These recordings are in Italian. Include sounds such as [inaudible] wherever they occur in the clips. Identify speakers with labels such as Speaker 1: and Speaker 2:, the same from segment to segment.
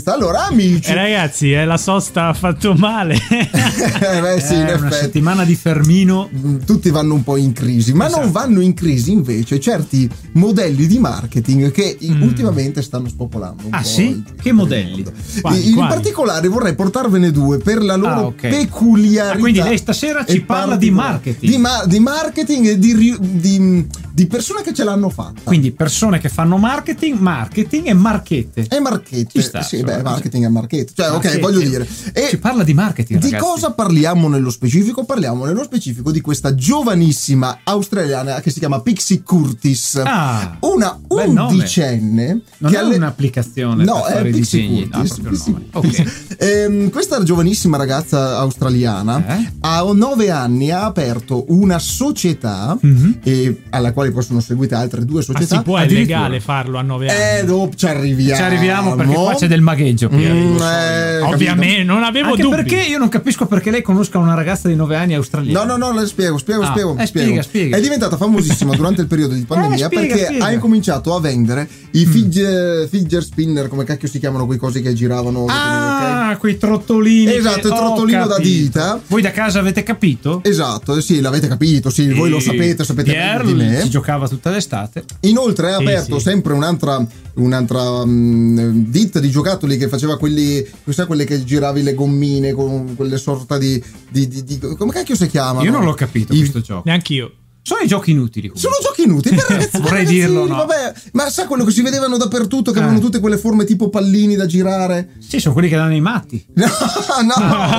Speaker 1: sosta. Allora, amici.
Speaker 2: Eh, ragazzi, eh, la sosta ha fatto [laughs] male.
Speaker 1: [laughs] Eh, beh, sì,
Speaker 3: Eh,
Speaker 1: in
Speaker 3: una
Speaker 1: effetti.
Speaker 3: settimana di Fermino.
Speaker 1: Mm, Tutti vanno un po' in crisi, ma non
Speaker 2: Esatto.
Speaker 1: vanno in crisi invece certi modelli di marketing che i- ultimamente stanno spopolando. Un
Speaker 3: Mm. Ah,
Speaker 1: po'
Speaker 3: sì?
Speaker 1: in giro
Speaker 3: Che
Speaker 1: per il
Speaker 3: modelli?
Speaker 1: mondo.
Speaker 2: Quali,
Speaker 1: in
Speaker 2: quali?
Speaker 1: particolare vorrei portarvene due per la loro
Speaker 3: Ah, ok.
Speaker 1: peculiarità.
Speaker 3: Ah, quindi lei stasera
Speaker 1: e
Speaker 3: ci parla di
Speaker 1: particolare.
Speaker 3: marketing.
Speaker 1: Di, ma- di marketing e di, ri- di- di persone che ce l'hanno fatta.
Speaker 3: Quindi persone che fanno marketing, marketing e marchette.
Speaker 1: E marchette.
Speaker 3: Ci sta,
Speaker 1: sì,
Speaker 3: insomma,
Speaker 1: beh,
Speaker 3: sì.
Speaker 1: marketing è marchette. Cioè,
Speaker 3: Marchette.
Speaker 1: ok, voglio dire.
Speaker 2: Eh,
Speaker 3: ci
Speaker 1: E
Speaker 3: parla di marketing.
Speaker 1: di
Speaker 3: ragazzi.
Speaker 1: cosa parliamo nello specifico? Parliamo nello specifico di questa giovanissima australiana che si chiama Pixie Curtis.
Speaker 3: Ah,
Speaker 1: una
Speaker 3: bel nome.
Speaker 1: undicenne
Speaker 3: non
Speaker 1: che
Speaker 3: è
Speaker 1: alle-
Speaker 3: un'applicazione.
Speaker 1: No,
Speaker 3: per
Speaker 1: è
Speaker 3: fare i
Speaker 1: Pixie
Speaker 3: disegni. No,
Speaker 1: Curtis,
Speaker 3: proprio il
Speaker 1: Pixie
Speaker 3: nome.
Speaker 1: Curtis. [laughs]
Speaker 3: Ok.
Speaker 1: Ehm, questa giovanissima ragazza australiana
Speaker 3: Eh?
Speaker 1: a 9 anni ha aperto una società
Speaker 3: Mhm.
Speaker 1: e- alla quale possono seguite altre due
Speaker 2: Ma
Speaker 1: società.
Speaker 2: si può, è
Speaker 3: addirittura.
Speaker 2: legale farlo a 9 anni.
Speaker 1: Eh, dopo ci arriviamo.
Speaker 3: Ci arriviamo perché qua c'è del magheggio. Piero.
Speaker 1: Mm,
Speaker 3: Lo so.
Speaker 1: eh,
Speaker 2: Ovviamente, non avevo
Speaker 3: Anche
Speaker 2: dubbi.
Speaker 3: perché io non capisco perché lei conosca una ragazza di 9 anni australiana.
Speaker 1: No, no, no, le spiego, spiego,
Speaker 3: Ah,
Speaker 1: spiego,
Speaker 3: eh,
Speaker 1: spiego.
Speaker 3: spiega, spiega.
Speaker 1: È diventata
Speaker 3: [laughs]
Speaker 1: famosissima durante il periodo di pandemia
Speaker 3: Eh, spiega,
Speaker 1: perché
Speaker 3: spiega. Mm.
Speaker 1: ha incominciato a vendere i fidge- fidget spinner, come cacchio si chiamano quei cosi che giravano. che tenevi, ok?
Speaker 3: Ah, quei trottolini.
Speaker 1: Esatto,
Speaker 3: che-
Speaker 1: il trottolino
Speaker 3: ho
Speaker 1: da
Speaker 3: capito.
Speaker 1: dita.
Speaker 3: Voi da casa avete capito?
Speaker 1: Esatto, sì, l'avete capito, sì, voi lo
Speaker 3: E
Speaker 1: sapete, sapete
Speaker 3: Pierre
Speaker 1: meglio di me.
Speaker 3: ci giocava tutta l'estate.
Speaker 1: Inoltre ha
Speaker 2: Sì,
Speaker 1: aperto
Speaker 2: sì.
Speaker 1: sempre un'altra, un'altra mh, ditta di giocattoli che faceva quelli, sai, quelle che giravi le gommine con quelle sorta di, di- di- di- come cacchio si chiama?
Speaker 3: Io non l'ho capito
Speaker 1: I-
Speaker 3: questo gioco.
Speaker 2: Neanch'io.
Speaker 3: Sono i giochi inutili. comunque.
Speaker 1: Sono giochi inutili,
Speaker 3: [laughs]
Speaker 1: per ragazzi, per
Speaker 3: Vorrei
Speaker 1: ragazzini,
Speaker 3: dirlo, no.
Speaker 1: vabbè, ma sa quello che si vedevano dappertutto, che
Speaker 3: Eh.
Speaker 1: avevano tutte quelle forme tipo pallini da girare? [laughs]
Speaker 3: Sì, sono quelli che danno i matti.
Speaker 1: No, no,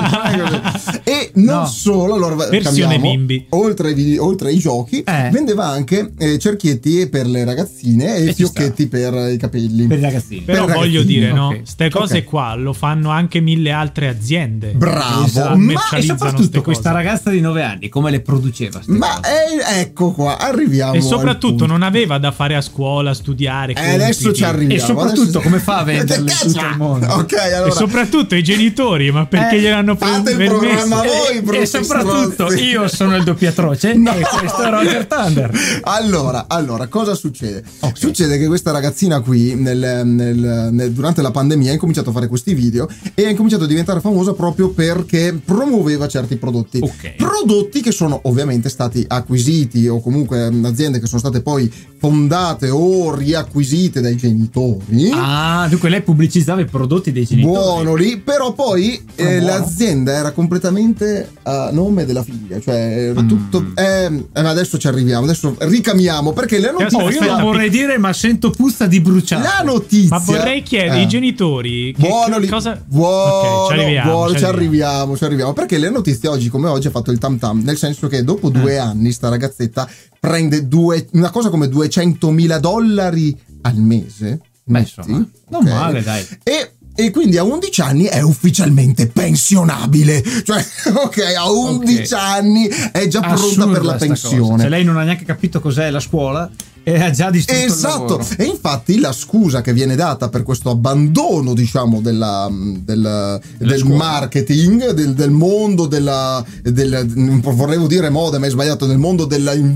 Speaker 1: non è così. e non
Speaker 3: No.
Speaker 1: solo, allora va-
Speaker 2: Versione
Speaker 1: cambiamo.
Speaker 2: bimbi.
Speaker 1: Oltre, ai vide- oltre ai giochi,
Speaker 3: Eh.
Speaker 1: vendeva anche eh, cerchietti per le ragazzine e,
Speaker 3: E ci
Speaker 1: fiocchetti per i capelli.
Speaker 3: Per i ragazzini.
Speaker 2: Però
Speaker 1: Per
Speaker 2: voglio
Speaker 1: ragazzini,
Speaker 2: dire, no,
Speaker 3: ok.
Speaker 2: ste cose
Speaker 1: Ok.
Speaker 2: qua lo fanno anche mille altre aziende.
Speaker 1: Bravo,
Speaker 2: Esatto,
Speaker 1: ma-
Speaker 3: e
Speaker 2: commercializzano ste
Speaker 3: soprattutto questa
Speaker 2: cose.
Speaker 3: ragazza di 9 anni, come le produceva? ste
Speaker 1: Ma
Speaker 3: cose?
Speaker 1: eh, ecco qua, arriviamo.
Speaker 2: E
Speaker 1: al punto.
Speaker 2: soprattutto non aveva da fare a scuola, studiare.
Speaker 1: Eh, adesso
Speaker 2: compiti.
Speaker 1: ci arriviamo.
Speaker 3: E soprattutto
Speaker 1: adesso- [laughs]
Speaker 3: come fa a venderle in
Speaker 1: Cazzo!
Speaker 3: tutto il mondo?
Speaker 1: Ok, allora.
Speaker 2: E soprattutto i genitori, ma perché
Speaker 3: Eh,
Speaker 2: gliel'hanno
Speaker 1: fate
Speaker 2: pre-
Speaker 1: il
Speaker 2: permesso?
Speaker 1: programma voi,
Speaker 3: e,
Speaker 1: brutti
Speaker 3: e soprattutto
Speaker 1: stronzi.
Speaker 3: io sono il doppiatroce e questo è Roger [laughs] Thunder.
Speaker 1: [laughs] Allora, allora, cosa succede?
Speaker 3: Ok.
Speaker 1: Succede che questa ragazzina qui, nel- nel- nel- durante la pandemia, ha incominciato a fare questi video e ha incominciato a diventare famosa proprio perché promuoveva certi prodotti.
Speaker 3: Ok.
Speaker 1: Prodotti che sono ovviamente stati acquisiti o comunque mh, aziende che sono state poi fondate o riacquisite dai genitori.
Speaker 3: Ah, dunque lei pubblicizzava i prodotti dei genitori.
Speaker 1: Buono lì, però poi
Speaker 2: Ah,
Speaker 3: Sono
Speaker 1: eh,
Speaker 3: buono.
Speaker 1: l'azienda era completamente a nome della figlia, cioè era
Speaker 3: Mm.
Speaker 1: tutto... eh, eh, ma adesso ci arriviamo, adesso ricamiamo perché la notizia...
Speaker 3: Oh, io
Speaker 2: Aspetta,
Speaker 3: non vorrei dire, ma sento puzza di bruciato.
Speaker 1: La notizia...
Speaker 2: Ma vorrei chiedere
Speaker 1: Eh.
Speaker 2: ai genitori che
Speaker 1: Buono
Speaker 2: che
Speaker 1: lì,
Speaker 2: cosa...
Speaker 1: buono,
Speaker 2: Ok, ci arriviamo,
Speaker 1: buono,
Speaker 2: ci
Speaker 1: ci
Speaker 2: arriviamo.
Speaker 1: arriviamo, ci arriviamo, perché le notizie oggi come oggi ha fatto il tam tam, nel senso che dopo
Speaker 3: Eh.
Speaker 1: due anni sta ragazzetta prende due, una cosa come 200.000 dollari al mese,
Speaker 3: Beh,
Speaker 1: metti,
Speaker 3: insomma, non
Speaker 1: ok?
Speaker 3: male, dai.
Speaker 1: E, e quindi a 11 anni è ufficialmente pensionabile. Cioè, [laughs] ok, a 11
Speaker 3: Ok.
Speaker 1: anni è già pronta
Speaker 3: Assurda
Speaker 1: per la
Speaker 3: sta
Speaker 1: pensione.
Speaker 3: cosa. Cioè, lei non ha neanche capito cos'è la scuola e ha già distrutto il
Speaker 1: Esatto,
Speaker 3: lavoro.
Speaker 1: e infatti la scusa che viene data per questo abbandono, diciamo, della, del, del
Speaker 3: scuola.
Speaker 1: marketing, del, del mondo della, del, vorrei dire moda, ma è sbagliato, nel mondo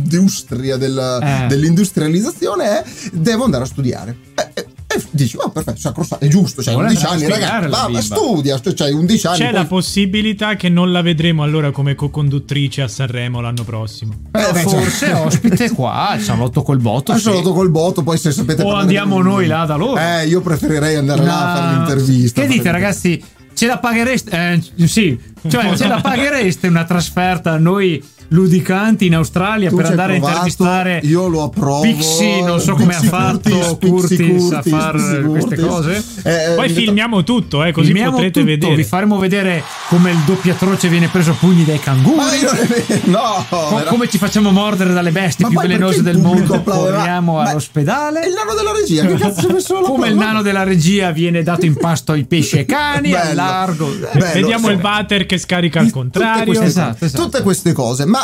Speaker 1: dell'industria, della-
Speaker 3: Eh.
Speaker 1: dell'industrializzazione è devo andare a studiare. E- E e dici, oh, perfetto, sacrosanto, è giusto, cioè
Speaker 3: Vuole
Speaker 1: 11 anni,
Speaker 3: andare a
Speaker 1: ragazzi,
Speaker 3: spiegare la
Speaker 1: va,
Speaker 3: bimba.
Speaker 1: studia, cioè c'hai 11 anni.
Speaker 2: C'è
Speaker 1: poi-
Speaker 2: la possibilità che non la vedremo allora come co-conduttrice a Sanremo l'anno prossimo.
Speaker 3: Però
Speaker 1: Eh, beh,
Speaker 3: forse
Speaker 1: cioè-
Speaker 3: ospite qua al salotto col botto.
Speaker 1: Ah,
Speaker 3: sì.
Speaker 1: sono col botto, poi se sapete
Speaker 3: O
Speaker 1: parlare-
Speaker 3: andiamo noi là da loro.
Speaker 1: Eh, io preferirei andare là a fare
Speaker 3: No.
Speaker 1: l'intervista.
Speaker 3: Che dite,
Speaker 1: Fare-
Speaker 3: ragazzi? Ce la paghereste? eh, sì, cioè ce la paghereste una trasferta a noi ludicanti in Australia
Speaker 1: Tu
Speaker 3: per
Speaker 1: ci hai
Speaker 3: andare
Speaker 1: provato,
Speaker 3: a intervistare
Speaker 1: io lo approvo.
Speaker 3: Pixie, non so come ha
Speaker 1: Pixie
Speaker 3: fatto Curtis,
Speaker 1: Curtis,
Speaker 3: a
Speaker 1: Pixie
Speaker 3: fare
Speaker 1: Curtis,
Speaker 3: queste
Speaker 1: Curtis.
Speaker 3: cose?
Speaker 1: Eh, eh,
Speaker 2: Poi
Speaker 1: mi-
Speaker 2: filmiamo tutto, eh, così
Speaker 3: Filmiamo
Speaker 2: potrete
Speaker 3: tutto,
Speaker 2: vedere.
Speaker 3: Vi faremo vedere come il doppiatroce viene preso a pugni dai canguri.
Speaker 1: Ma io non è vero, [laughs] no,
Speaker 3: co-
Speaker 1: era-
Speaker 3: come ci facciamo mordere dalle bestie
Speaker 1: Ma
Speaker 3: più
Speaker 1: poi perché
Speaker 3: velenose
Speaker 1: il
Speaker 3: del
Speaker 1: pubblico
Speaker 3: mondo?
Speaker 1: applauderà?
Speaker 3: Corriamo
Speaker 1: Ma- è
Speaker 3: all'ospedale.
Speaker 1: il nano della regia. Che cazzo ci ha messo la
Speaker 3: Come il
Speaker 1: prova?
Speaker 3: nano della regia viene dato in pasto ai pesci e cani,
Speaker 1: Bello.
Speaker 3: al largo. Eh,
Speaker 1: Bello,
Speaker 2: Vediamo
Speaker 1: sì.
Speaker 2: il water che scarica al
Speaker 1: Tutte
Speaker 2: contrario.
Speaker 1: queste,
Speaker 3: Esatto, esatto.
Speaker 1: tutte queste cose, ma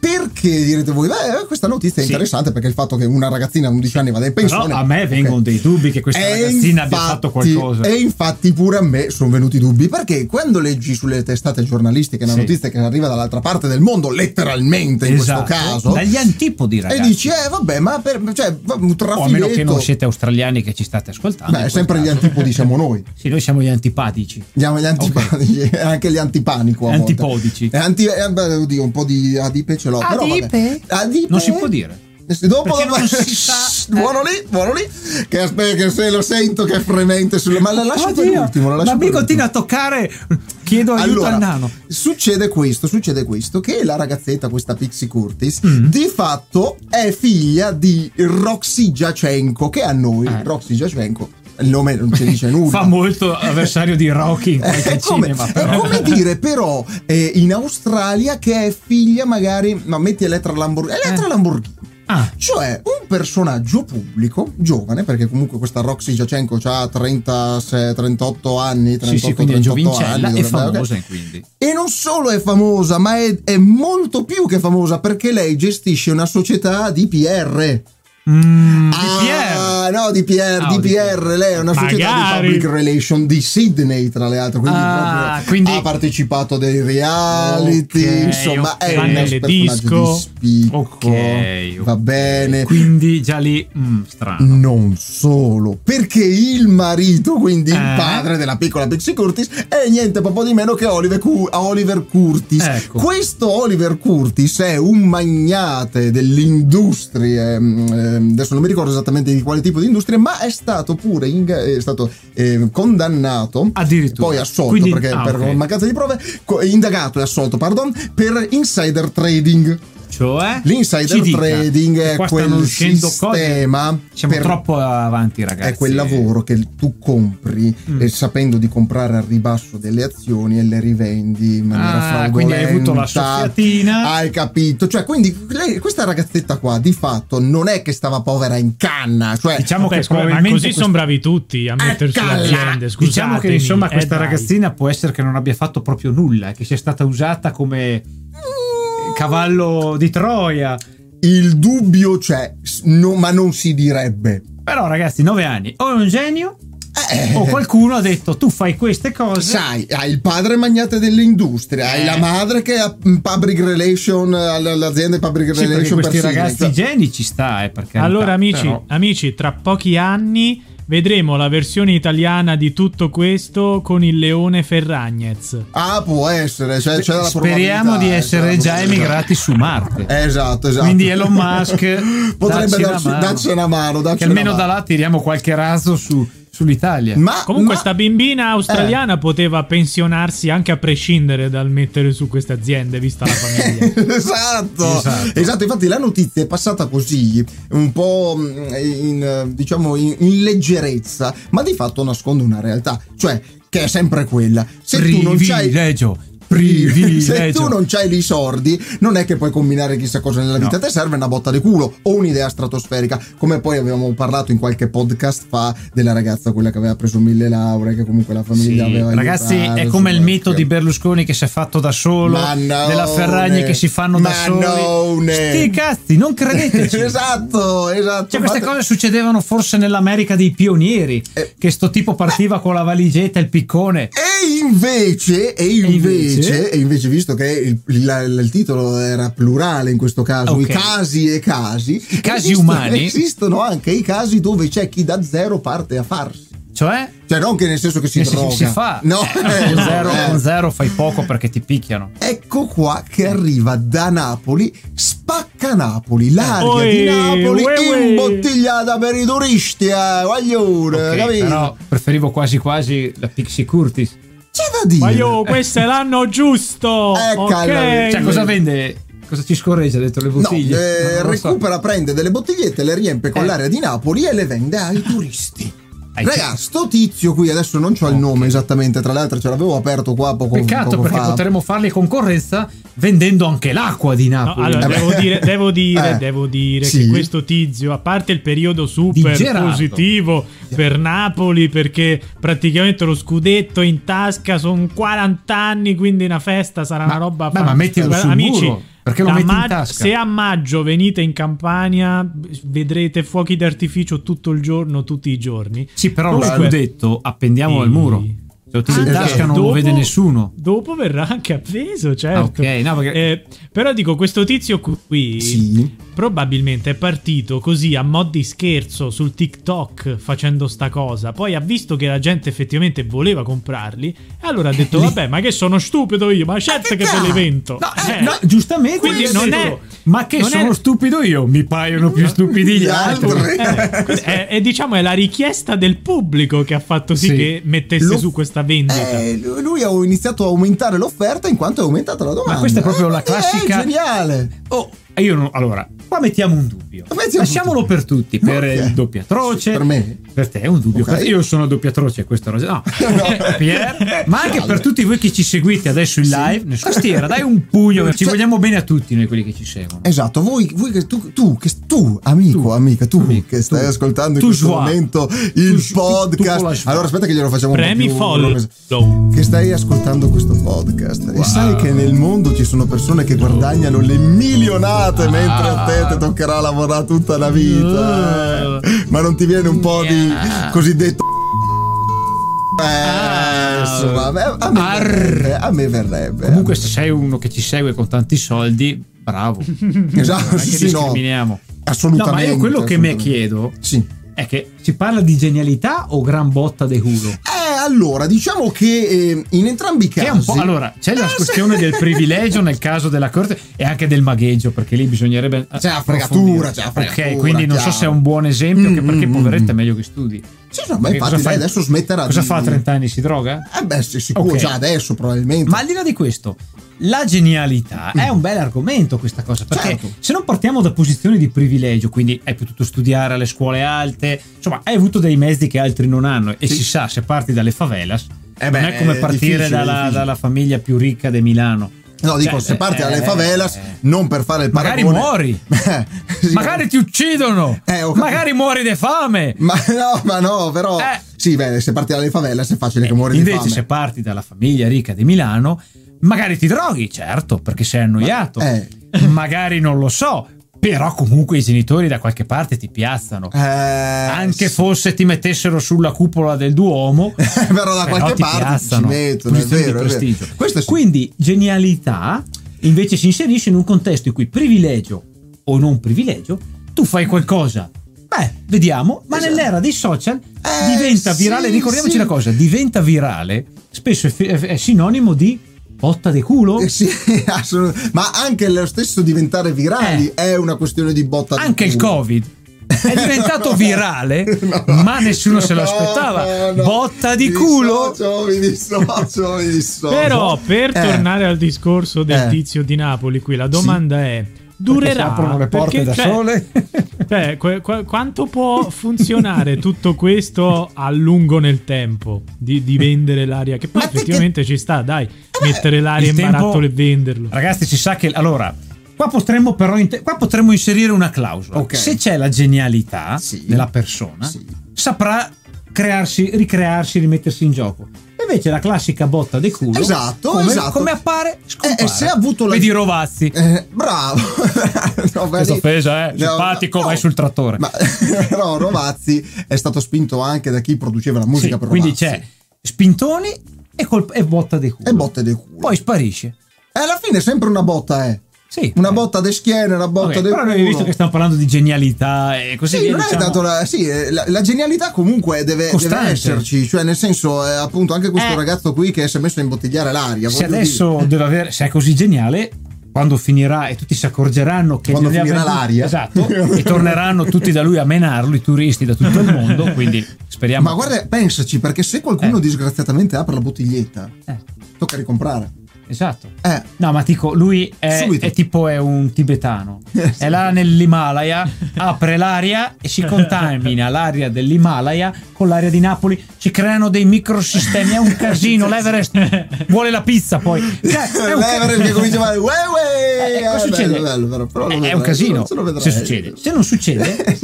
Speaker 1: Perché direte voi? Beh, questa notizia è
Speaker 3: Sì.
Speaker 1: interessante perché il fatto che una ragazzina a 11 anni vada in
Speaker 3: Però
Speaker 1: pensione.
Speaker 3: a me
Speaker 1: ok.
Speaker 3: vengono dei dubbi che questa
Speaker 1: E
Speaker 3: ragazzina abbia fatto
Speaker 1: infatti-
Speaker 3: qualcosa.
Speaker 1: E infatti pure a me sono venuti dubbi, perché quando leggi sulle testate giornalistiche una
Speaker 3: Sì.
Speaker 1: notizia che arriva dall'altra parte del mondo, letteralmente in
Speaker 3: Esatto.
Speaker 1: questo caso,
Speaker 4: Dagli antipodi,
Speaker 1: e
Speaker 4: ragazzi.
Speaker 1: dici, eh vabbè, ma per, cioè, va- un
Speaker 4: o a meno che
Speaker 1: trafiletto...
Speaker 4: non siete australiani che ci state ascoltando.
Speaker 1: Beh,
Speaker 4: in
Speaker 1: sempre
Speaker 4: quel
Speaker 1: gli
Speaker 4: caso.
Speaker 1: antipodi
Speaker 4: [laughs]
Speaker 1: siamo noi.
Speaker 4: Sì, noi siamo gli antipatici.
Speaker 1: Andiamo agli antipanici, [laughs] anche gli antipanico a volte.
Speaker 3: Antipodici.
Speaker 1: Eh, anti- eh, beh, oddio, un po' di adipe ce l'ho. però vabbè.
Speaker 4: Adipe?
Speaker 1: Adipe?
Speaker 4: Non si può dire.
Speaker 1: Se Dopo
Speaker 4: Perché non si
Speaker 1: Shh,
Speaker 4: sa- eh.
Speaker 1: buono lì, buono lì. Che aspetta, che se lo sento che fremente sulle. Ma la lascio
Speaker 3: Oddio,
Speaker 1: per l'ultimo. La lascio
Speaker 3: ma
Speaker 1: per
Speaker 3: mi
Speaker 1: l'ultimo.
Speaker 3: continua a toccare. Chiedo aiuto
Speaker 1: Allora,
Speaker 3: al nano.
Speaker 1: succede questo, succede questo, che la ragazzetta, questa Pixie Curtis,
Speaker 4: Mm.
Speaker 1: di fatto è figlia di Roxy Giacenco, che a noi,
Speaker 4: Eh.
Speaker 1: Roxy Giacenco, il nome non
Speaker 4: [laughs]
Speaker 1: ci dice nulla.
Speaker 3: Fa molto avversario di Rocky in qualche
Speaker 1: È Eh, come,
Speaker 3: cinema.
Speaker 1: è
Speaker 3: però.
Speaker 1: come dire però eh, in Australia che è figlia magari, ma metti Elettra Lamborghini,
Speaker 4: Eh.
Speaker 1: Elettra Lamborghini.
Speaker 3: Ah.
Speaker 1: Cioè un personaggio pubblico, giovane, perché comunque questa Roxy Giacenco ha 36, 38 anni, 38,
Speaker 4: Sì, sì, quindi è
Speaker 1: 38
Speaker 4: giovincella
Speaker 1: anni,
Speaker 4: e
Speaker 1: dovrebbe- ok.
Speaker 4: famosa, quindi.
Speaker 1: E non solo è famosa, ma è, è molto più che famosa perché lei gestisce una società di PR.
Speaker 3: Mm, di Pierre.
Speaker 1: Ah, no, di PR,
Speaker 3: Ah,
Speaker 1: di
Speaker 3: di
Speaker 1: PR, lei è una società
Speaker 2: Magari.
Speaker 1: di public relation di Sydney, tra le altre, quindi,
Speaker 3: Ah,
Speaker 1: proprio
Speaker 3: quindi-
Speaker 1: ha partecipato a dei reality,
Speaker 3: Ok,
Speaker 1: insomma,
Speaker 3: ok.
Speaker 1: è
Speaker 3: Va
Speaker 1: un
Speaker 2: nelle
Speaker 1: personaggio
Speaker 2: disco.
Speaker 1: di spicco,
Speaker 4: Ok,
Speaker 1: ecco, va
Speaker 4: ok.
Speaker 1: bene.
Speaker 3: Quindi già lì, mm, strano.
Speaker 1: Non solo, perché il marito, quindi il
Speaker 3: Eh.
Speaker 1: padre della piccola Pixie Curtis, è niente proprio di meno che Oliver, Cu- Oliver Curtis.
Speaker 3: Ecco.
Speaker 1: Questo Oliver Curtis è un magnate dell'industria, ehm, ehm, adesso non mi ricordo esattamente di quale tipo di industria, ma è stato pure in- è stato, ehm, condannato.
Speaker 3: Ah, Addirittura.
Speaker 1: Poi assolto
Speaker 3: Quindi-
Speaker 1: perché
Speaker 3: ah,
Speaker 1: per
Speaker 3: ok.
Speaker 1: mancanza di prove, co- indagato e assolto, pardon, per insider trading.
Speaker 3: Cioè,
Speaker 1: L'insider
Speaker 3: ci dica.
Speaker 1: trading è
Speaker 3: Qua stanno
Speaker 1: quel
Speaker 3: uscendo cose-
Speaker 1: sistema
Speaker 3: Siamo
Speaker 1: per-
Speaker 3: troppo avanti, ragazzi.
Speaker 1: è quel lavoro che tu compri
Speaker 3: Mm.
Speaker 1: eh, sapendo di comprare al ribasso delle azioni e le rivendi in maniera
Speaker 3: Ah,
Speaker 1: fraudolenta.
Speaker 3: quindi hai avuto la soffiatina.
Speaker 1: Hai capito? Cioè, quindi lei- questa ragazzetta qua di fatto non è che stava povera in canna, cioè
Speaker 3: Diciamo
Speaker 2: Vabbè,
Speaker 3: che
Speaker 2: scusa, ma
Speaker 3: probabilmente
Speaker 2: così
Speaker 3: questa-
Speaker 2: sono bravi tutti a mettere sulle
Speaker 1: calla.
Speaker 2: aziende. Scusate,
Speaker 3: Diciamo che insomma
Speaker 1: eh,
Speaker 3: questa ragazzina può essere che non abbia fatto proprio nulla, che sia stata usata come cavallo di Troia.
Speaker 1: mm, il dubbio c'è, s- no- ma non si direbbe.
Speaker 3: Però ragazzi, 9 anni, o è un genio
Speaker 1: Eh.
Speaker 3: o qualcuno ha detto tu fai queste cose.
Speaker 1: Sai, hai il padre magnate dell'industria, hai
Speaker 3: Eh.
Speaker 1: la madre che ha mm, public relation, eh, all- all'azienda di public
Speaker 3: Sì, perché
Speaker 1: relation per esatto.
Speaker 3: questi
Speaker 1: Siemens.
Speaker 3: ragazzi geni ci sta, eh, perché
Speaker 2: Allora, amici,
Speaker 1: eh,
Speaker 2: amici, tra pochi anni vedremo la versione italiana di tutto questo con il leone Ferragnez.
Speaker 1: Ah, può essere, cioè, c'è la
Speaker 3: speriamo
Speaker 1: probabilità,
Speaker 3: di
Speaker 1: eh, c'è
Speaker 3: essere
Speaker 1: la
Speaker 3: già
Speaker 1: probabilità.
Speaker 3: emigrati su Marte.
Speaker 1: Esatto, esatto.
Speaker 3: Quindi
Speaker 1: [laughs]
Speaker 3: Elon Musk
Speaker 1: potrebbe
Speaker 3: dacci una
Speaker 1: darci,
Speaker 3: mano.
Speaker 1: darci una mano, darci
Speaker 3: che
Speaker 1: una
Speaker 3: almeno da
Speaker 1: mano.
Speaker 3: là tiriamo qualche raso su- sull'Italia.
Speaker 1: Ma
Speaker 2: Comunque,
Speaker 1: ma- Eh.
Speaker 2: sta bambina australiana poteva pensionarsi anche a prescindere dal mettere su queste aziende, vista la
Speaker 1: [laughs]
Speaker 2: famiglia.
Speaker 1: [laughs] esatto, esatto,
Speaker 3: Esatto.
Speaker 1: Infatti la notizia è passata così, un po' mh, in, eh, diciamo in, in leggerezza, ma di fatto nasconde una realtà, cioè che è sempre quella. Se tu non c'hai [laughs]
Speaker 3: privilegio, privilegio.
Speaker 1: Se tu non c'hai i sordi, non è che puoi combinare chissà cosa nella vita,
Speaker 3: No.
Speaker 1: te serve una botta di culo o un'idea stratosferica, come poi avevamo parlato in qualche podcast fa della ragazza quella che aveva preso mille lauree, che comunque la
Speaker 3: Sì,
Speaker 1: famiglia aveva
Speaker 3: ragazzi,
Speaker 1: aiutato,
Speaker 3: è come il
Speaker 1: insomma,
Speaker 3: mito
Speaker 1: che- [laughs]
Speaker 3: di Berlusconi che si è fatto da solo,
Speaker 1: Ma no,
Speaker 3: della Ferragni
Speaker 1: ne-
Speaker 3: che si fanno da
Speaker 1: ma
Speaker 3: soli.
Speaker 1: no, ne-
Speaker 3: Sti cazzi, non
Speaker 1: [laughs]
Speaker 3: credeteci.
Speaker 1: esatto, esatto.
Speaker 3: Cioè, queste
Speaker 1: Fate-
Speaker 3: cose succedevano forse nell'America dei pionieri,
Speaker 1: Eh.
Speaker 3: che sto tipo partiva con la valigetta e il piccone.
Speaker 1: E invece, e invece,
Speaker 3: invece?
Speaker 1: e invece, visto che il, la- la- il titolo era plurale in questo caso,
Speaker 3: Ok.
Speaker 1: i casi e casi, i
Speaker 3: casi umani.
Speaker 1: esistono anche i casi dove c'è chi da zero parte a farsi.
Speaker 3: Cioè,
Speaker 1: Cioè, non che nel senso che si
Speaker 3: nel senso
Speaker 1: droga.
Speaker 3: che si fa.
Speaker 1: No,
Speaker 3: Eh,
Speaker 1: eh,
Speaker 3: con,
Speaker 1: no,
Speaker 3: zero,
Speaker 1: eh.
Speaker 3: con zero fai poco perché ti picchiano.
Speaker 1: Ecco qua che arriva da Napoli, spacca
Speaker 3: Eh,
Speaker 1: Napoli, l'aria di
Speaker 2: Oi,
Speaker 1: Napoli
Speaker 2: ue, ue.
Speaker 1: imbottigliata per i turisti, eh, guaglione,
Speaker 3: Ok,
Speaker 1: capito?
Speaker 3: però preferivo quasi quasi la Pixie Curtis.
Speaker 1: C'è da dire.
Speaker 2: Ma io, questo è l'anno giusto!
Speaker 1: Ecco,
Speaker 2: ok.
Speaker 1: allora,
Speaker 3: Cioè, cosa vende? Cosa ci scorreggia dentro le
Speaker 1: No, eh,
Speaker 3: bottiglie? Non lo so.
Speaker 1: recupera, prende delle bottigliette, le riempie con
Speaker 3: Eh.
Speaker 1: l'area di Napoli e le vende ai turisti.
Speaker 3: Ai
Speaker 1: Raga, sto tizio qui, adesso non c'ho il nome esattamente, tra l'altro ce l'avevo aperto qua poco,
Speaker 3: Peccato
Speaker 1: poco
Speaker 3: perché
Speaker 1: fa.
Speaker 3: potremmo farli concorrenza vendendo anche l'acqua di
Speaker 2: No,
Speaker 3: Napoli.
Speaker 2: allora,
Speaker 1: Eh,
Speaker 2: devo
Speaker 1: beh.
Speaker 2: dire,
Speaker 3: [laughs]
Speaker 2: devo dire,
Speaker 1: Eh,
Speaker 2: devo dire
Speaker 1: sì.
Speaker 2: che questo tizio, a parte il periodo super
Speaker 3: Di Gerardo.
Speaker 2: positivo per Napoli, perché praticamente lo scudetto in tasca, sono 40 anni, quindi una festa sarà
Speaker 3: Ma-
Speaker 2: una roba
Speaker 3: beh, ma mettilo
Speaker 2: fantastica.
Speaker 3: sul
Speaker 2: Amici,
Speaker 3: muro, Perché lo
Speaker 2: A
Speaker 3: metti in
Speaker 2: ma-
Speaker 3: tasca.
Speaker 2: se a maggio venite in Campania, vedrete fuochi d'artificio tutto il giorno, tutti i giorni.
Speaker 3: Sì, però lo
Speaker 2: Comunque-
Speaker 3: scudetto appendiamo al muro.
Speaker 2: Sì.
Speaker 3: Se lo tieni in
Speaker 1: Ah,
Speaker 3: tasca non lo
Speaker 2: dopo-
Speaker 3: vede nessuno.
Speaker 2: Dopo verrà anche appeso,
Speaker 3: Ah,
Speaker 2: certo.
Speaker 3: ok, no, perché
Speaker 2: Eh, però dico, questo tizio qui
Speaker 1: Sì.
Speaker 2: probabilmente è partito così a mod di scherzo sul TikTok facendo sta cosa. Poi ha visto che la gente effettivamente voleva comprarli e allora ha detto, vabbè, ma che sono stupido io, ma certo che te li vendo.
Speaker 3: No,
Speaker 2: Eh.
Speaker 3: no, giustamente
Speaker 2: Quindi
Speaker 3: io
Speaker 2: non
Speaker 3: dico,
Speaker 2: è-
Speaker 3: ma che
Speaker 2: non è- [laughs]
Speaker 3: sono stupido io mi paiono più stupidi gli
Speaker 1: Gli
Speaker 3: altri
Speaker 1: altri.
Speaker 3: [laughs]
Speaker 2: Eh, questa è, è, diciamo è la richiesta del pubblico che ha fatto sì,
Speaker 3: Sì.
Speaker 2: che mettesse
Speaker 1: Lo-
Speaker 2: su questa vendita.
Speaker 1: Eh, lui lui ha iniziato a aumentare l'offerta in quanto è aumentata la domanda.
Speaker 3: questa è proprio la
Speaker 1: Eh,
Speaker 3: classica-
Speaker 1: È geniale.
Speaker 3: oh e io non- allora qua mettiamo un dubbio
Speaker 1: Qua mettiamo un
Speaker 3: lasciamolo
Speaker 1: dubbio.
Speaker 3: per tutti per
Speaker 1: Ok.
Speaker 3: il doppio atroce
Speaker 1: Sì, per me.
Speaker 3: per te è un dubbio
Speaker 1: Ok.
Speaker 3: per- io sono doppio atroce questo ragione no
Speaker 1: [laughs] No.
Speaker 3: [laughs] Pier, ma anche per
Speaker 1: Vabbè.
Speaker 3: tutti voi che ci seguite adesso in live nessuna stiera dai un pugno ci
Speaker 1: Cioè-
Speaker 3: vogliamo bene a tutti noi quelli che ci seguono
Speaker 1: Esatto, voi, voi che- tu, tu, che, tu, amico, amica, tu
Speaker 3: amico,
Speaker 1: che stai
Speaker 3: tu.
Speaker 1: ascoltando
Speaker 3: Tu
Speaker 1: in questo
Speaker 3: joie.
Speaker 1: momento
Speaker 3: Tu-
Speaker 1: il
Speaker 3: tu- tu con la
Speaker 1: podcast.
Speaker 3: joie.
Speaker 1: allora aspetta che glielo facciamo un po'
Speaker 2: Premi
Speaker 1: più-
Speaker 2: follow.
Speaker 1: Che stai ascoltando questo podcast e sai che nel mondo ci sono persone che guadagnano le milionate
Speaker 3: Ah.
Speaker 1: mentre a te ti toccherà lavorare tutta la vita.
Speaker 3: Uh.
Speaker 1: eh. Ma non ti viene un po' di cosiddetto. Eh, insomma, a me, a me
Speaker 3: Ah. Arr.
Speaker 1: verrebbe, a me verrebbe. [laughs]
Speaker 3: comunque se sei uno che ci segue con tanti soldi bravo
Speaker 1: esatto,
Speaker 3: non è che
Speaker 1: sì, sì, no,
Speaker 3: discriminiamo no
Speaker 1: assolutamente.
Speaker 3: ma io quello che mi
Speaker 1: assolutamente.
Speaker 3: chiedo
Speaker 1: Sì.
Speaker 3: è che si parla di genialità o gran botta de culo
Speaker 1: Eh, allora, diciamo che eh, in entrambi i
Speaker 3: Che
Speaker 1: casi.
Speaker 3: è un po', allora, c'è la
Speaker 1: Eh, sì.
Speaker 3: questione del privilegio nel caso della corte e anche del magheggio, perché lì bisognerebbe.
Speaker 1: C'è la
Speaker 3: approfondire.
Speaker 1: fregatura, c'è la fregatura,
Speaker 3: Ok, quindi non so
Speaker 1: chiaro.
Speaker 3: se è un buon esempio, anche
Speaker 1: Mm,
Speaker 3: perché
Speaker 1: mm,
Speaker 3: poveretta è
Speaker 1: mm.
Speaker 3: meglio che studi.
Speaker 1: Sì, no, ma
Speaker 3: Perché
Speaker 1: infatti
Speaker 3: cosa fa-
Speaker 1: lei adesso smetterà
Speaker 3: Cosa
Speaker 1: di-
Speaker 3: fa a 30 anni? Si droga?
Speaker 1: Eh beh, sì, sicuro,
Speaker 3: Ok.
Speaker 1: già adesso probabilmente.
Speaker 3: Ma al di là di questo, la genialità è un bel argomento questa cosa, perché
Speaker 1: Mm. Certo.
Speaker 3: se non partiamo da posizioni di privilegio, quindi hai potuto studiare alle scuole alte, insomma hai avuto dei mezzi che altri non hanno e
Speaker 1: Sì.
Speaker 3: si sa se parti dalle favelas,
Speaker 1: Eh beh,
Speaker 3: non è come
Speaker 1: è
Speaker 3: partire
Speaker 1: difficile,
Speaker 3: dalla-
Speaker 1: difficile.
Speaker 3: dalla famiglia più ricca di Milano.
Speaker 1: No, dico,
Speaker 3: Cioè,
Speaker 1: se parti dalle
Speaker 3: eh,
Speaker 1: favelas,
Speaker 3: eh.
Speaker 1: non per fare il
Speaker 3: Magari
Speaker 1: paragone.
Speaker 3: muori.
Speaker 1: [laughs] Sì.
Speaker 3: Magari ti uccidono.
Speaker 1: Eh, ho capito.
Speaker 3: Magari muori di fame.
Speaker 1: Ma no, ma no, però.
Speaker 3: Eh.
Speaker 1: Sì, beh, se parti dalle favelas è facile che muori
Speaker 3: Invece,
Speaker 1: di fame.
Speaker 3: se parti dalla famiglia ricca di Milano, magari ti droghi, certo, perché sei annoiato.
Speaker 1: Eh.
Speaker 3: Magari non lo so. Però comunque i genitori da qualche parte ti piazzano.
Speaker 1: Eh,
Speaker 3: Anche
Speaker 1: sì,
Speaker 3: fosse ti mettessero sulla cupola del Duomo,
Speaker 1: [laughs] però da qualche
Speaker 3: ti
Speaker 1: parte
Speaker 3: piazzano.
Speaker 1: ci mettono, è
Speaker 3: Posizioni di
Speaker 1: vero, è vero.
Speaker 3: prestigio.
Speaker 1: Questo è sì.
Speaker 3: Quindi genialità invece si inserisce in un contesto in cui privilegio o non privilegio, tu fai qualcosa. Beh, vediamo, ma
Speaker 1: Esatto.
Speaker 3: nell'era dei social
Speaker 1: Eh,
Speaker 3: diventa
Speaker 1: sì,
Speaker 3: virale, ricordiamoci
Speaker 1: sì.
Speaker 3: una cosa, diventa virale, spesso è, fi- è- è sinonimo di botta di culo.
Speaker 1: Eh sì, [laughs] assolutamente. Ma anche lo stesso diventare virali
Speaker 3: Eh.
Speaker 1: è una questione di botta. di
Speaker 3: Anche il
Speaker 1: culo.
Speaker 3: Covid è
Speaker 1: [laughs]
Speaker 3: diventato virale,
Speaker 1: No.
Speaker 3: ma nessuno se lo
Speaker 1: No,
Speaker 3: aspettava.
Speaker 1: no, no.
Speaker 3: Botta di
Speaker 1: Mi
Speaker 3: culo.
Speaker 1: dissocio, Mi dissocio,
Speaker 3: [laughs]
Speaker 1: mi dissocio.
Speaker 2: Però per
Speaker 1: Eh.
Speaker 2: tornare al discorso del
Speaker 1: Eh.
Speaker 2: tizio di Napoli, qui la domanda è: durerà? Perché, cioè, [laughs] cioè, que- que- quanto può funzionare tutto questo a lungo nel tempo di, di vendere l'aria? Che
Speaker 1: Ma
Speaker 2: poi
Speaker 1: perché-
Speaker 2: effettivamente ci sta, dai, mettere l'aria
Speaker 3: Il
Speaker 2: in
Speaker 3: tempo-
Speaker 2: barattolo e venderlo.
Speaker 3: Ragazzi, si sa che allora qua potremmo però inte- qua potremmo inserire una clausola.
Speaker 1: Ok.
Speaker 3: Se c'è la genialità
Speaker 1: Sì.
Speaker 3: della persona,
Speaker 1: Sì.
Speaker 3: saprà crearsi, ricrearsi, rimettersi in gioco. Invece la classica botta di culo,
Speaker 1: Esatto,
Speaker 3: come,
Speaker 1: esatto.
Speaker 3: come appare, scompare.
Speaker 1: Eh, e se ha avuto la-
Speaker 3: Vedi Rovazzi.
Speaker 1: Eh,
Speaker 3: [laughs]
Speaker 1: bravo. No, beh,
Speaker 3: Questa
Speaker 1: lì-
Speaker 3: offesa, eh, simpatico, vai sul trattore.
Speaker 1: Ma [laughs] però Rovazzi è stato spinto anche da chi produceva la musica
Speaker 3: Sì,
Speaker 1: per
Speaker 3: quindi
Speaker 1: Rovazzi.
Speaker 3: c'è spintoni e, colp- e botta di culo.
Speaker 1: E botte del culo.
Speaker 3: Poi sparisce.
Speaker 1: E alla fine è sempre una botta, eh.
Speaker 3: Sì.
Speaker 1: Una botta de schiena, una botta
Speaker 3: Ok,
Speaker 1: del
Speaker 3: però
Speaker 1: culo.
Speaker 3: abbiamo visto che stiamo parlando di genialità e così
Speaker 1: Sì,
Speaker 3: via.
Speaker 1: non è
Speaker 3: diciamo-
Speaker 1: dato la, sì, eh, la- la genialità comunque deve, deve
Speaker 3: Costante.
Speaker 1: esserci, cioè nel senso eh, appunto anche questo
Speaker 3: Eh.
Speaker 1: ragazzo qui che si è messo a imbottigliare l'aria.
Speaker 3: se
Speaker 1: voglio
Speaker 3: adesso deve avere, se è così geniale, quando finirà e tutti si accorgeranno che
Speaker 1: Quando
Speaker 3: non li ha
Speaker 1: finirà
Speaker 3: venduti-
Speaker 1: l'aria.
Speaker 3: esatto,
Speaker 1: [laughs]
Speaker 3: e torneranno tutti da lui a menarlo, i turisti da tutto il mondo. Quindi
Speaker 1: dire.
Speaker 3: speriamo.
Speaker 1: Ma guarda, pensaci perché se qualcuno
Speaker 3: Eh.
Speaker 1: disgraziatamente apre la bottiglietta,
Speaker 3: Eh,
Speaker 1: tocca ricomprare.
Speaker 3: esatto.
Speaker 1: Eh,
Speaker 3: No, ma dico, lui è,
Speaker 1: Subito.
Speaker 3: è tipo è un tibetano.
Speaker 1: Eh, [laughs] sì.
Speaker 3: È là nell'Himalaya, apre l'aria e si contamina l'aria dell'Himalaya con l'aria di Napoli. Si creano dei microsistemi, è
Speaker 1: [laughs]
Speaker 3: un casino. L'Everest vuole la pizza poi. Cioè,
Speaker 1: [laughs]
Speaker 3: è un ca-
Speaker 1: L'Everest che comincia a fare "Uè, uè",
Speaker 3: [laughs] Eh, cosa
Speaker 1: eh,
Speaker 3: succede?
Speaker 1: bello, bello, però lo
Speaker 3: Eh, è
Speaker 1: vedrai, eh.
Speaker 3: un casino
Speaker 1: se lo vedrai. [laughs]
Speaker 3: se succede. Se non succede,
Speaker 1: Eh,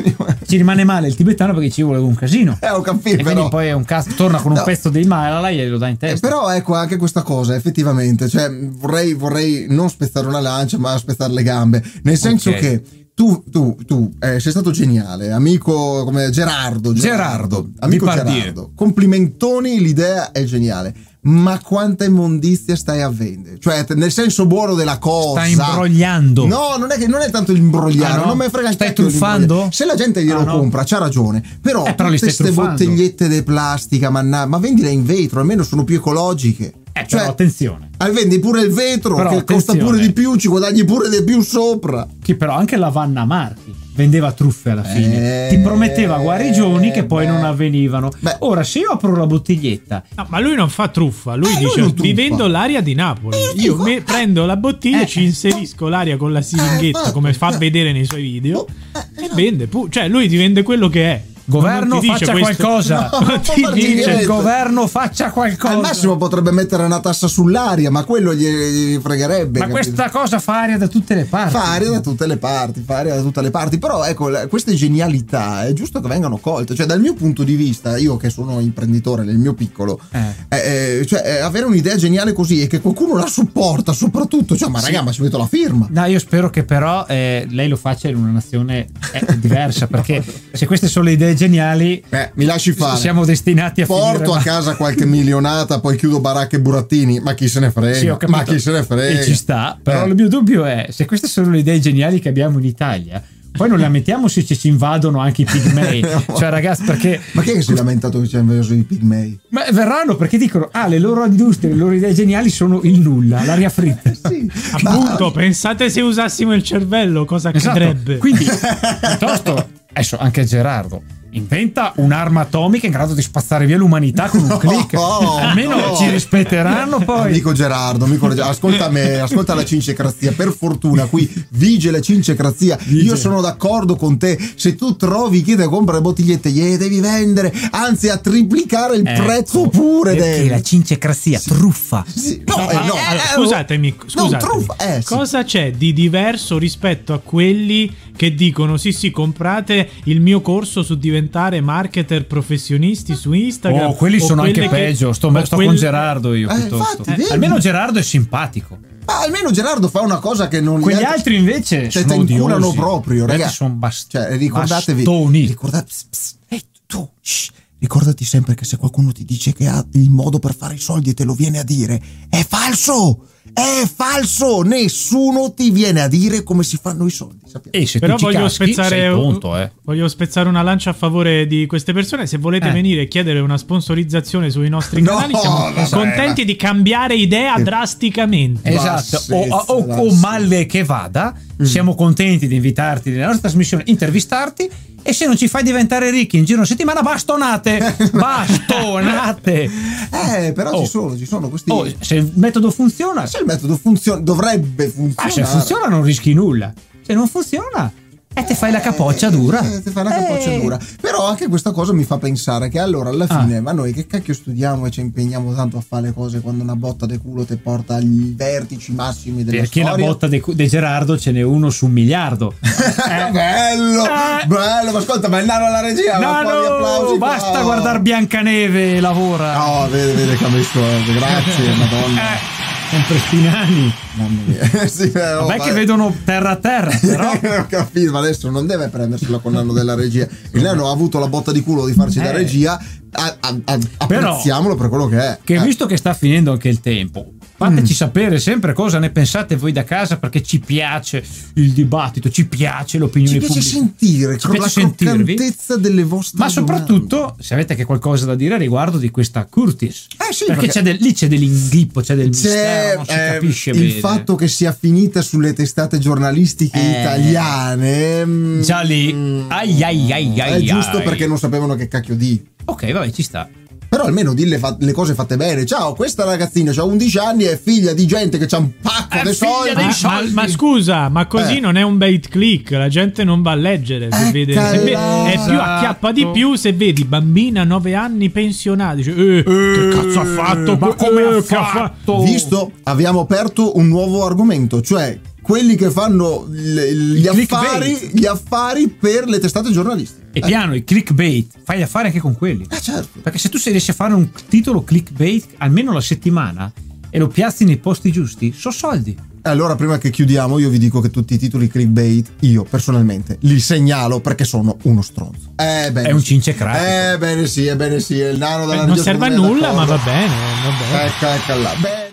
Speaker 3: ci rimane male il tibetano perché ci voleva un casino.
Speaker 1: Eh, ho capito,
Speaker 3: E quindi
Speaker 1: però.
Speaker 3: poi è un cazzo, torna con un
Speaker 1: No.
Speaker 3: pezzo di Malaya e lo dà in
Speaker 1: Eh,
Speaker 3: testa.
Speaker 1: però ecco anche questa cosa, effettivamente, cioè vorrei, vorrei non spezzare una lancia, ma spezzare le gambe, nel senso
Speaker 4: Ok.
Speaker 1: che tu, tu, tu eh, sei stato geniale, amico come Gerardo,
Speaker 4: Gerardo,
Speaker 1: amico
Speaker 4: di Pardier.
Speaker 1: Gerardo, complimentoni, l'idea è geniale, ma quanta immondizia stai a vendere? Cioè, t- nel senso buono della cosa.
Speaker 3: Sta imbrogliando.
Speaker 1: No, non è che non è tanto l'imbrogliare,
Speaker 3: Ah, no?
Speaker 1: non me frega il
Speaker 3: Stai
Speaker 1: cacchio
Speaker 3: truffando?
Speaker 1: l'imbrogliare. Se la gente glielo
Speaker 3: Ah, no.
Speaker 1: compra, c'ha ragione. Però,
Speaker 3: Eh, però li
Speaker 1: tutte
Speaker 3: stai
Speaker 1: queste
Speaker 3: truffando.
Speaker 1: bottigliette di plastica, manna- ma vendile in vetro, almeno sono più ecologiche.
Speaker 3: Eh, però attenzione.
Speaker 1: ah, vendi pure il vetro
Speaker 3: Però
Speaker 1: che costa
Speaker 3: attenzione.
Speaker 1: pure di più, ci guadagni pure di più sopra.
Speaker 3: Che però anche la Vanna Marchi vendeva truffe alla fine.
Speaker 1: Eh,
Speaker 3: Ti prometteva guarigioni che poi
Speaker 1: beh.
Speaker 3: non avvenivano.
Speaker 1: Beh.
Speaker 3: Ora, se io apro la bottiglietta,
Speaker 2: No, ma lui non fa truffa, lui
Speaker 1: Eh, lui
Speaker 2: dice
Speaker 1: non truffa.
Speaker 2: vi vendo l'aria di Napoli.
Speaker 1: Eh,
Speaker 2: Io
Speaker 1: dico-
Speaker 2: me- prendo la bottiglia,
Speaker 3: Eh.
Speaker 2: ci inserisco l'aria con la siringhetta
Speaker 1: esatto,
Speaker 2: come fa
Speaker 1: eh.
Speaker 2: vedere nei suoi video
Speaker 1: Eh,
Speaker 2: e vende. pu- cioè lui ti vende quello che è.
Speaker 3: governo
Speaker 2: Non ti dice
Speaker 3: faccia
Speaker 2: questo-
Speaker 3: qualcosa.
Speaker 1: No, non può
Speaker 2: Ti
Speaker 1: far
Speaker 2: dice
Speaker 1: niente.
Speaker 3: Il governo faccia qualcosa.
Speaker 1: Al massimo potrebbe mettere una tassa sull'aria, ma quello gli, gli fregherebbe.
Speaker 3: Ma
Speaker 1: capito?
Speaker 3: questa cosa fa aria da tutte le parti.
Speaker 1: Fa aria da tutte le parti, fa aria da tutte le parti. Però ecco, la- queste genialità è giusto che vengano colte. Cioè, dal mio punto di vista, io che sono imprenditore nel mio piccolo,
Speaker 3: Eh.
Speaker 1: eh, eh, cioè, eh, avere un'idea geniale così e che qualcuno la supporta, soprattutto, cioè, ma raga, ma ci metto la firma.
Speaker 3: No, io spero che però eh, lei lo faccia in una nazione eh, diversa,
Speaker 1: [laughs]
Speaker 3: perché se queste sono le idee geniali,
Speaker 1: Eh, mi lasci fare.
Speaker 3: siamo destinati a
Speaker 1: Porto
Speaker 3: finire
Speaker 1: a casa qualche milionata, poi chiudo baracche e burattini. Ma chi se ne frega?
Speaker 3: Sì, ho capito.
Speaker 1: Eh, ma chi se ne frega?
Speaker 3: E ci sta, però
Speaker 1: Eh. [laughs]
Speaker 3: il mio dubbio è se queste sono le idee geniali che abbiamo in Italia, poi non le mettiamo se ci ci invadono anche
Speaker 1: [laughs]
Speaker 3: i pigmei. cioè, ragazzi, perché
Speaker 1: Ma chi è che si è lamentato che ci hanno preso i pigmei?
Speaker 3: ma verranno perché dicono "Ah, le loro industrie, le loro idee geniali sono il nulla, l'aria fritta".
Speaker 1: Eh, Sì,
Speaker 2: Appunto,
Speaker 1: eh.
Speaker 2: pensate se usassimo il cervello cosa
Speaker 3: Esatto.
Speaker 2: accadrebbe.
Speaker 3: Quindi,
Speaker 1: [laughs]
Speaker 3: piuttosto, adesso anche Gerardo inventa un'arma atomica in grado di spazzare via l'umanità con un
Speaker 1: No,
Speaker 3: click.
Speaker 1: no.
Speaker 3: Almeno ci rispetteranno poi.
Speaker 1: Amico Gerardo, amico Gerardo, ascolta me, ascolta la cincecrazia. Per fortuna qui vige la cincecrazia. Io sono d'accordo con te. Se tu trovi chi ti compra le bottigliette, gliele devi vendere, anzi a triplicare il
Speaker 3: Ecco,
Speaker 1: prezzo pure.
Speaker 3: perché
Speaker 1: Dave.
Speaker 3: la cincecrazia truffa.
Speaker 1: Sì, no,
Speaker 2: No,
Speaker 1: eh, no,
Speaker 2: allora,
Speaker 1: eh, eh,
Speaker 2: scusatemi,
Speaker 1: no,
Speaker 2: scusatemi.
Speaker 1: truffa, eh, sì.
Speaker 2: cosa c'è di diverso rispetto a quelli che dicono sì sì comprate il mio corso su diventare marketer professionisti su Instagram?
Speaker 3: Oh, quelli
Speaker 2: o
Speaker 3: sono anche
Speaker 2: quelle che-
Speaker 3: peggio. Sto,
Speaker 2: o
Speaker 3: sto
Speaker 2: quel-
Speaker 3: con Gerardo io.
Speaker 1: Eh,
Speaker 3: piuttosto.
Speaker 1: infatti, vedi?
Speaker 3: almeno Gerardo è simpatico.
Speaker 1: Ma almeno Gerardo fa una cosa che non gli
Speaker 3: Quegli
Speaker 1: altri-
Speaker 3: altri invece
Speaker 1: Cioè,
Speaker 3: Eh, sono
Speaker 1: te inculano
Speaker 3: odiosi.
Speaker 1: proprio,
Speaker 3: Gli altri
Speaker 1: ragazzi.
Speaker 3: sono bast-
Speaker 1: Cioè, ricordatevi.
Speaker 3: bastoni.
Speaker 1: ricorda- pss, pss, ehi, eh, tu, shh, ricordati sempre che se qualcuno ti dice che ha il modo per fare i soldi e te lo viene a dire, è falso! È falso! Nessuno ti viene a dire come si fanno i soldi. sappiamo.
Speaker 3: E Eh, se
Speaker 2: Però
Speaker 3: tu ci
Speaker 2: voglio
Speaker 3: caschi,
Speaker 2: spezzare
Speaker 3: sei
Speaker 2: un-
Speaker 3: tonto, eh.
Speaker 2: Voglio spezzare una lancia a favore di queste persone. Se volete
Speaker 3: Eh.
Speaker 2: venire e chiedere una sponsorizzazione sui nostri
Speaker 1: No,
Speaker 2: canali, siamo
Speaker 1: vabbè,
Speaker 2: contenti di cambiare idea
Speaker 1: Eh.
Speaker 2: drasticamente.
Speaker 3: Esatto, o,
Speaker 1: Bassezza,
Speaker 3: o- o
Speaker 1: bassezza.
Speaker 3: male che vada,
Speaker 1: Mm.
Speaker 3: siamo contenti di invitarti nella nostra trasmissione, intervistarti e se non ci fai diventare ricchi in giro una
Speaker 1: [laughs]
Speaker 3: settimana, bastonate, bastonate.
Speaker 1: Eh, però
Speaker 3: Oh.
Speaker 1: ci sono, ci sono questi.
Speaker 3: Oh, se il metodo funziona,
Speaker 1: Se il metodo funziona, dovrebbe
Speaker 3: ah,
Speaker 1: funzionare.
Speaker 3: se funziona non rischi nulla, se non funziona, eh, te fai la capoccia dura.
Speaker 1: Eh, ti fai la capoccia
Speaker 3: Eh.
Speaker 1: dura. Però anche questa cosa mi fa pensare che allora alla
Speaker 3: Ah.
Speaker 1: fine, ma noi che cacchio studiamo e ci impegniamo tanto a fare le cose quando una botta di culo ti porta agli vertici massimi della
Speaker 3: Perché Eh, la
Speaker 1: storia? [laughs]
Speaker 3: botta di di Gerardo ce n'è uno su un miliardo.
Speaker 1: Eh, bello,
Speaker 3: Eh.
Speaker 1: bello, ma ascolta, ma il nano alla regia, ma poi gli applausi.
Speaker 3: basta
Speaker 1: qua.
Speaker 3: guardare Biancaneve lavora.
Speaker 1: No, vede, vede che ha messo, eh, grazie, madonna.
Speaker 3: Eh, sempre Spinani.
Speaker 1: Mamma mia. [laughs] sì, eh, oh,
Speaker 3: Vabbè che
Speaker 1: vai.
Speaker 3: vedono terra
Speaker 1: [laughs]
Speaker 3: a terra, però.
Speaker 1: Ho capito, ma adesso non deve prendersela con l'anno della regia. Il nano ha avuto la botta di culo di farci
Speaker 3: Eh.
Speaker 1: da regia. a- a- a-
Speaker 3: Però-
Speaker 1: apprezziamolo per quello che è.
Speaker 3: Che
Speaker 1: Eh.
Speaker 3: visto che sta finendo anche il tempo, fateci
Speaker 1: Mm.
Speaker 3: sapere sempre cosa ne pensate voi da casa perché ci piace il dibattito, ci piace l'opinione
Speaker 1: Ci piace
Speaker 3: pubblica.
Speaker 1: sentire
Speaker 3: Ci
Speaker 1: con la
Speaker 3: piace sentirvi.
Speaker 1: croccantezza delle vostre
Speaker 3: Ma
Speaker 1: domande.
Speaker 3: soprattutto se avete anche qualcosa da dire riguardo di questa Curtis.
Speaker 1: Eh sì,
Speaker 3: perché
Speaker 1: perché-
Speaker 3: c'è del- lì c'è dell'inghippo, c'è del mistero,
Speaker 1: c'è
Speaker 3: non si
Speaker 1: eh,
Speaker 3: capisce
Speaker 1: il
Speaker 3: bene.
Speaker 1: fatto che sia finita sulle testate giornalistiche
Speaker 3: Eh.
Speaker 1: italiane. mm,
Speaker 3: Già lì.
Speaker 1: mm,
Speaker 3: Ai, ai, ai, ai,
Speaker 1: È giusto
Speaker 3: ai.
Speaker 1: perché non sapevano che cacchio di.
Speaker 3: Ok, vabbè, ci sta.
Speaker 1: Però almeno dille fa- le cose fatte bene. Ciao, questa ragazzina ha 11 anni è figlia di gente che c'ha un pacco
Speaker 3: È
Speaker 1: di
Speaker 3: figlia
Speaker 1: soldi.
Speaker 3: dei
Speaker 2: Ma, ma-
Speaker 3: soldi.
Speaker 2: ma scusa, ma così
Speaker 1: Eh.
Speaker 2: non è un bait click, la gente non va a leggere se
Speaker 1: Eh,
Speaker 2: vede, se ve-
Speaker 1: calà.
Speaker 2: è più acchiappa di più se vedi bambina 9 anni pensionata, dice, "Eh, che cazzo ha fatto?
Speaker 3: ma
Speaker 2: Que-
Speaker 3: come ha
Speaker 2: che
Speaker 3: fatto?"
Speaker 1: Visto, abbiamo aperto un nuovo argomento, cioè quelli che fanno il- gli,
Speaker 3: clickbait.
Speaker 1: affari, gli affari per le testate giornalistiche.
Speaker 3: E piano, il clickbait, fai gli affari anche con quelli.
Speaker 1: Eh certo.
Speaker 3: Perché se tu se riesci a fare un titolo clickbait almeno la settimana e lo piazzi nei posti giusti, so soldi.
Speaker 1: Allora, prima che chiudiamo, io vi dico che tutti i titoli clickbait, io personalmente li segnalo perché sono uno stronzo. Eh, bene.
Speaker 3: È un
Speaker 1: sì.
Speaker 3: cincecratico.
Speaker 1: Eh, bene sì, eh, bene sì. è Il nano della
Speaker 2: Non serve a nulla, ma va bene, va bene.
Speaker 1: Ecco, ecco là. Beh,